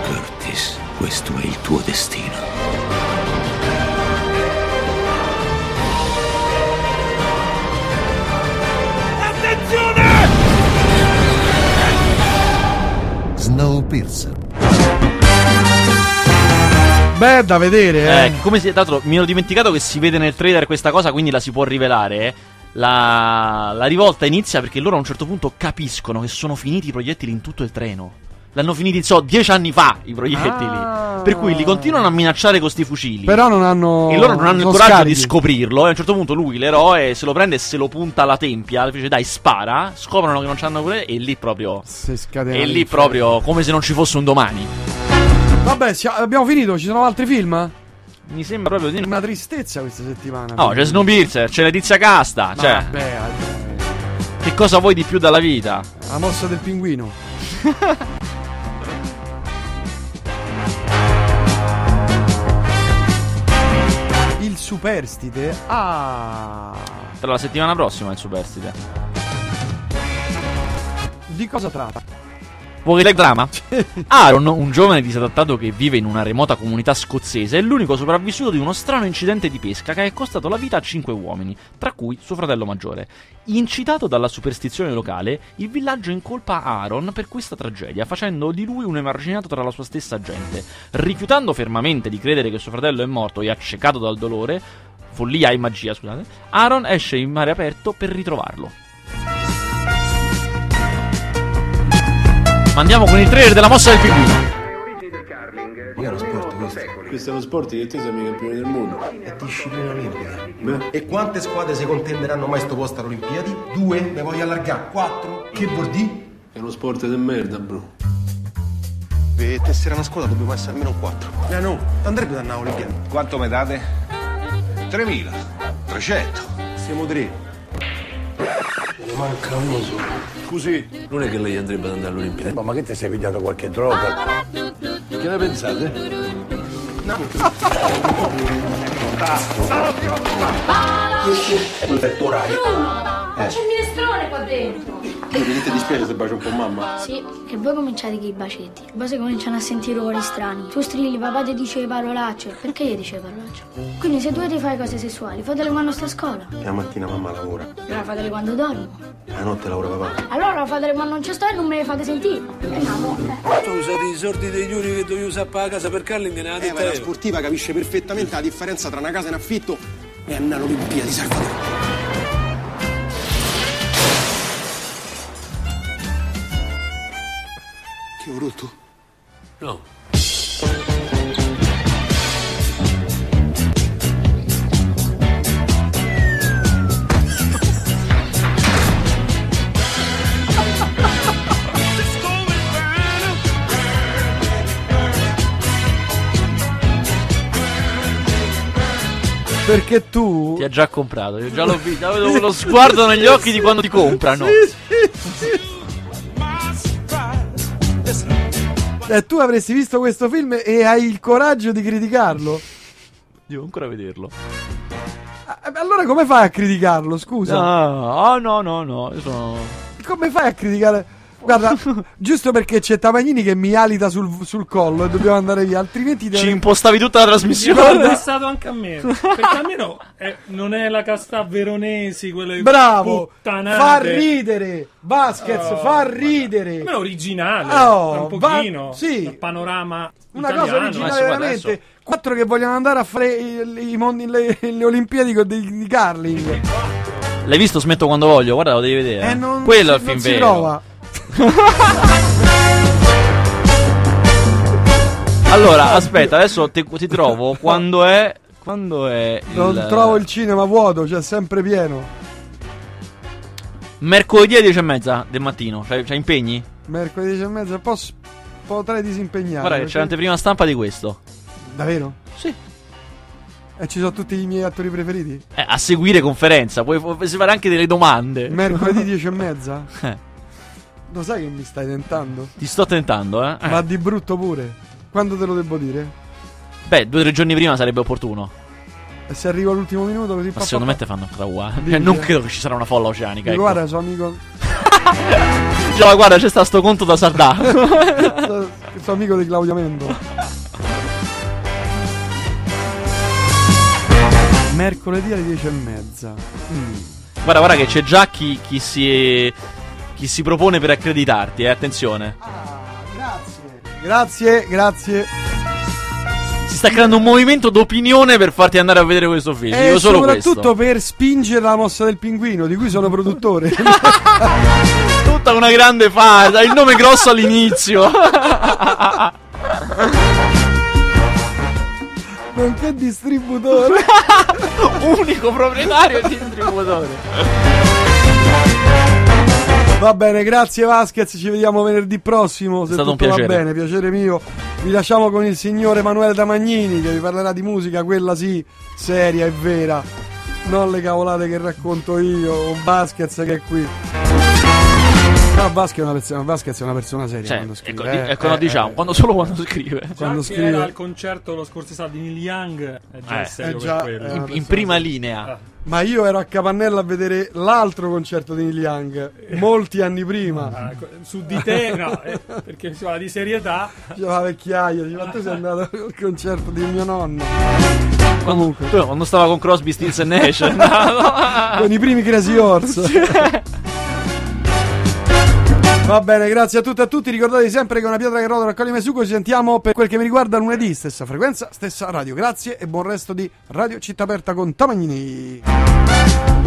Speaker 7: Curtis, questo è il tuo destino.
Speaker 8: Snowpiercer.
Speaker 1: Beh, da vedere, eh.
Speaker 2: Eh, come si, tra l'altro mi ero dimenticato che si vede nel trailer questa cosa, quindi la si può rivelare. La, la rivolta inizia perché loro a un certo punto capiscono che sono finiti i proiettili in tutto il treno. L'hanno finiti, so, dieci anni fa i proiettili.
Speaker 1: Ah.
Speaker 2: Per cui li continuano a minacciare con sti fucili.
Speaker 1: Però non hanno.
Speaker 2: Eh, E loro non hanno il coraggio
Speaker 1: scarichi.
Speaker 2: di scoprirlo. E a un certo punto lui, l'eroe, se lo prende e se lo punta alla tempia. Le dice dai, spara. Scoprono che non c'hanno pure. E lì proprio.
Speaker 1: Se scatena.
Speaker 2: E lì
Speaker 1: l'inferno.
Speaker 2: proprio come se non ci fosse un domani.
Speaker 1: Vabbè, sia- abbiamo finito. Ci sono altri film?
Speaker 2: Mi sembra proprio di no.
Speaker 1: Una tristezza questa settimana.
Speaker 2: No, c'è Snowpiercer, c'è Letizia Casta.
Speaker 1: Ma
Speaker 2: cioè,
Speaker 1: vabbè, vabbè.
Speaker 2: che cosa vuoi di più dalla vita?
Speaker 1: la mossa del pinguino. Il superstite. Ah.
Speaker 2: Tra la settimana prossima il superstite.
Speaker 1: Di cosa tratta?
Speaker 2: Vuoi che drama? Aaron, un giovane disadattato che vive in una remota comunità scozzese, è l'unico sopravvissuto di uno strano incidente di pesca che è costato la vita a cinque uomini, tra cui suo fratello maggiore. Incitato dalla superstizione locale, il villaggio incolpa Aaron per questa tragedia, facendo di lui un emarginato tra la sua stessa gente. Rifiutando fermamente di credere che suo fratello è morto e accecato dal dolore, follia e magia, scusate, Aaron esce in mare aperto per ritrovarlo. Ma andiamo con il trailer della mossa del pinguino.
Speaker 5: Io lo sport questo.
Speaker 9: Questo è uno sport che te sei mica campione del mondo.
Speaker 5: È disciplina olimpica. E quante squadre si contenderanno mai sto posto alle Olimpiadi? Due? Ne voglio allargare? Quattro? Che vuol dire?
Speaker 9: È uno sport di merda, bro.
Speaker 5: Per tessere una squadra dobbiamo essere almeno un quattro. Eh no, andrebbe da una Olimpiadi.
Speaker 10: Quanto mi date? 3.000. 300.
Speaker 5: Siamo tre. Ne manca uno solo.
Speaker 9: Scusi, non è che lei andrebbe ad andare alle Olimpiadi.
Speaker 10: Ma che ti sei pigliato qualche droga?
Speaker 9: Che ne pensate?
Speaker 5: Quello è tuo orario.
Speaker 11: Ma c'è il minestrone qua dentro!
Speaker 9: Che ti dispiace se bacio un po' mamma?
Speaker 11: Sì, e voi cominciate che i bacetti. I base cominciano a sentire rumori strani. Tu strilli, papà ti dice parolacce. Perché gli dice parolacce? Quindi se tu ti fai cose sessuali, fatele quando stai a scuola.
Speaker 5: La mattina mamma lavora.
Speaker 11: Allora fatele quando dormo.
Speaker 5: La notte lavora papà.
Speaker 11: Allora fatele quando non ci sto e non me le fate sentire. Eh no, mo, eh.
Speaker 9: Tu usate i soldi degli uni che dovevi usare per la casa per Carling nella
Speaker 5: Eh, ma la sportiva capisce perfettamente la differenza tra una casa in affitto e una Olimpiadi, Salvatore. Che ho rotto?
Speaker 9: No.
Speaker 1: Perché tu.
Speaker 2: Ti ha già comprato, io già l'ho visto. già Vedo lo sguardo negli occhi di quando ti comprano.
Speaker 1: Eh, tu avresti visto questo film e hai il coraggio di criticarlo.
Speaker 2: Devo ancora vederlo.
Speaker 1: Eh, beh, Allora come fai a criticarlo? Scusa.
Speaker 2: No, oh, no, no, no. Io sono.
Speaker 1: Come fai a criticare? Guarda, giusto perché c'è Tavagnini che mi alita sul, sul collo e dobbiamo andare via, altrimenti
Speaker 2: Ci
Speaker 1: devi...
Speaker 2: impostavi tutta la trasmissione.
Speaker 1: Guarda-
Speaker 12: interessato anche a me. Perché almeno eh, non è la casta veronesi, quelle
Speaker 1: Bravo!
Speaker 12: puttanate.
Speaker 1: Fa ridere! Basket,
Speaker 12: Oh,
Speaker 1: fa
Speaker 12: ma-
Speaker 1: ridere!
Speaker 12: Almeno originale,
Speaker 1: Oh,
Speaker 12: un
Speaker 1: va-
Speaker 12: pochino.
Speaker 1: sì.
Speaker 12: Il panorama
Speaker 1: Una
Speaker 12: italiano.
Speaker 1: cosa originale
Speaker 2: adesso, guarda,
Speaker 1: veramente.
Speaker 2: adesso.
Speaker 1: Quattro che vogliono andare a fare i, i mondi- le, le Olimpiadi con dei- di Carling.
Speaker 2: L'hai visto? Smetto quando voglio. Guarda, lo devi vedere.
Speaker 1: Eh, non,
Speaker 2: Quello è il
Speaker 1: non
Speaker 2: film
Speaker 1: si
Speaker 2: vero.
Speaker 1: trova.
Speaker 2: Allora, aspetta, adesso te- ti trovo. Quando è. Quando è.
Speaker 1: Non trovo il cinema vuoto, cioè sempre pieno.
Speaker 2: Mercoledì alle 10 e mezza del mattino. C'hai, c'hai impegni?
Speaker 1: Mercoledì 10 e mezza, pos- potrei disimpegnare.
Speaker 2: Guarda, che c'è l'anteprima stampa di questo.
Speaker 1: Davvero?
Speaker 2: Sì.
Speaker 1: E ci sono tutti i miei attori preferiti?
Speaker 2: Eh, a seguire conferenza. Puoi, puoi fare anche delle domande.
Speaker 1: Mercoledì 10 e mezza?
Speaker 2: Eh.
Speaker 1: Lo sai che mi stai tentando?
Speaker 2: Ti sto tentando, eh. Eh.
Speaker 1: Ma di brutto pure. Quando te lo devo dire?
Speaker 2: Beh, due o tre giorni prima sarebbe opportuno.
Speaker 1: E se arrivo all'ultimo minuto così
Speaker 2: Ma
Speaker 1: pa-
Speaker 2: secondo me
Speaker 1: pa-
Speaker 2: te fanno ancora uguale.
Speaker 1: Dimmi,
Speaker 2: Cioè, non
Speaker 1: eh.
Speaker 2: credo che ci sarà una folla oceanica.
Speaker 1: Dico,
Speaker 2: Ecco.
Speaker 1: Guarda, suo amico.
Speaker 2: Cioè, guarda, c'è sta sto conto da Sardà.
Speaker 1: suo- suo amico di Claudio Mendo. Mercoledì alle 10 e mezza. Mm.
Speaker 2: guarda, guarda, che c'è già chi, chi si. Chi si propone per accreditarti, eh, attenzione.
Speaker 1: Ah, grazie. Grazie, grazie.
Speaker 2: Si sta creando un movimento d'opinione per farti andare a vedere questo film.
Speaker 1: E
Speaker 2: Io solo
Speaker 1: Eh, soprattutto
Speaker 2: questo.
Speaker 1: per spingere la mossa del pinguino, di cui sono produttore.
Speaker 2: Tutta una grande farsa, il nome grosso all'inizio.
Speaker 1: nonché distributore.
Speaker 2: Unico proprietario e distributore.
Speaker 1: Va bene, grazie Vasquez, ci vediamo venerdì prossimo. Se
Speaker 2: stato un
Speaker 1: tutto va
Speaker 2: piacere.
Speaker 1: bene, piacere mio. Vi lasciamo con il signore Emanuele Damagnini che vi parlerà di musica, quella sì, seria e vera. Non le cavolate che racconto io, o Vasquez che è qui. No, Vasquez è una persona, Vasquez è una persona seria
Speaker 2: Cioè,
Speaker 1: quando scrive.
Speaker 2: ecco,
Speaker 1: eh,
Speaker 2: di- ecco, no,
Speaker 1: eh,
Speaker 2: diciamo,
Speaker 1: eh.
Speaker 2: quando- solo quando scrive.
Speaker 1: Quando
Speaker 12: Già che
Speaker 1: scrive-
Speaker 12: era al concerto lo scorso estate di Neil Young è già
Speaker 2: Eh.
Speaker 12: serio
Speaker 1: Eh già,
Speaker 12: per
Speaker 1: eh,
Speaker 12: quello.
Speaker 1: In- in adesso-
Speaker 2: prima linea.
Speaker 1: Ma io ero a Capannella a vedere l'altro concerto di Neil Young,
Speaker 12: Eh.
Speaker 1: molti anni prima.
Speaker 12: Ah, co- su di te no, eh, perché si parla di serietà.
Speaker 1: C'era la vecchiaia, dice, ma tu sei andato al concerto di mio nonno.
Speaker 2: Quando, tu- quando stava con Crosby, Stills e Nash. no?
Speaker 1: Con i primi Crazy Horse. Va bene, grazie a tutti e a tutti. Ricordatevi sempre che una pietra che rotola raccoglie Mesuco. Ci sentiamo per quel che mi riguarda lunedì, stessa frequenza, stessa radio. Grazie e buon resto di Radio Città Aperta con Tamagnini.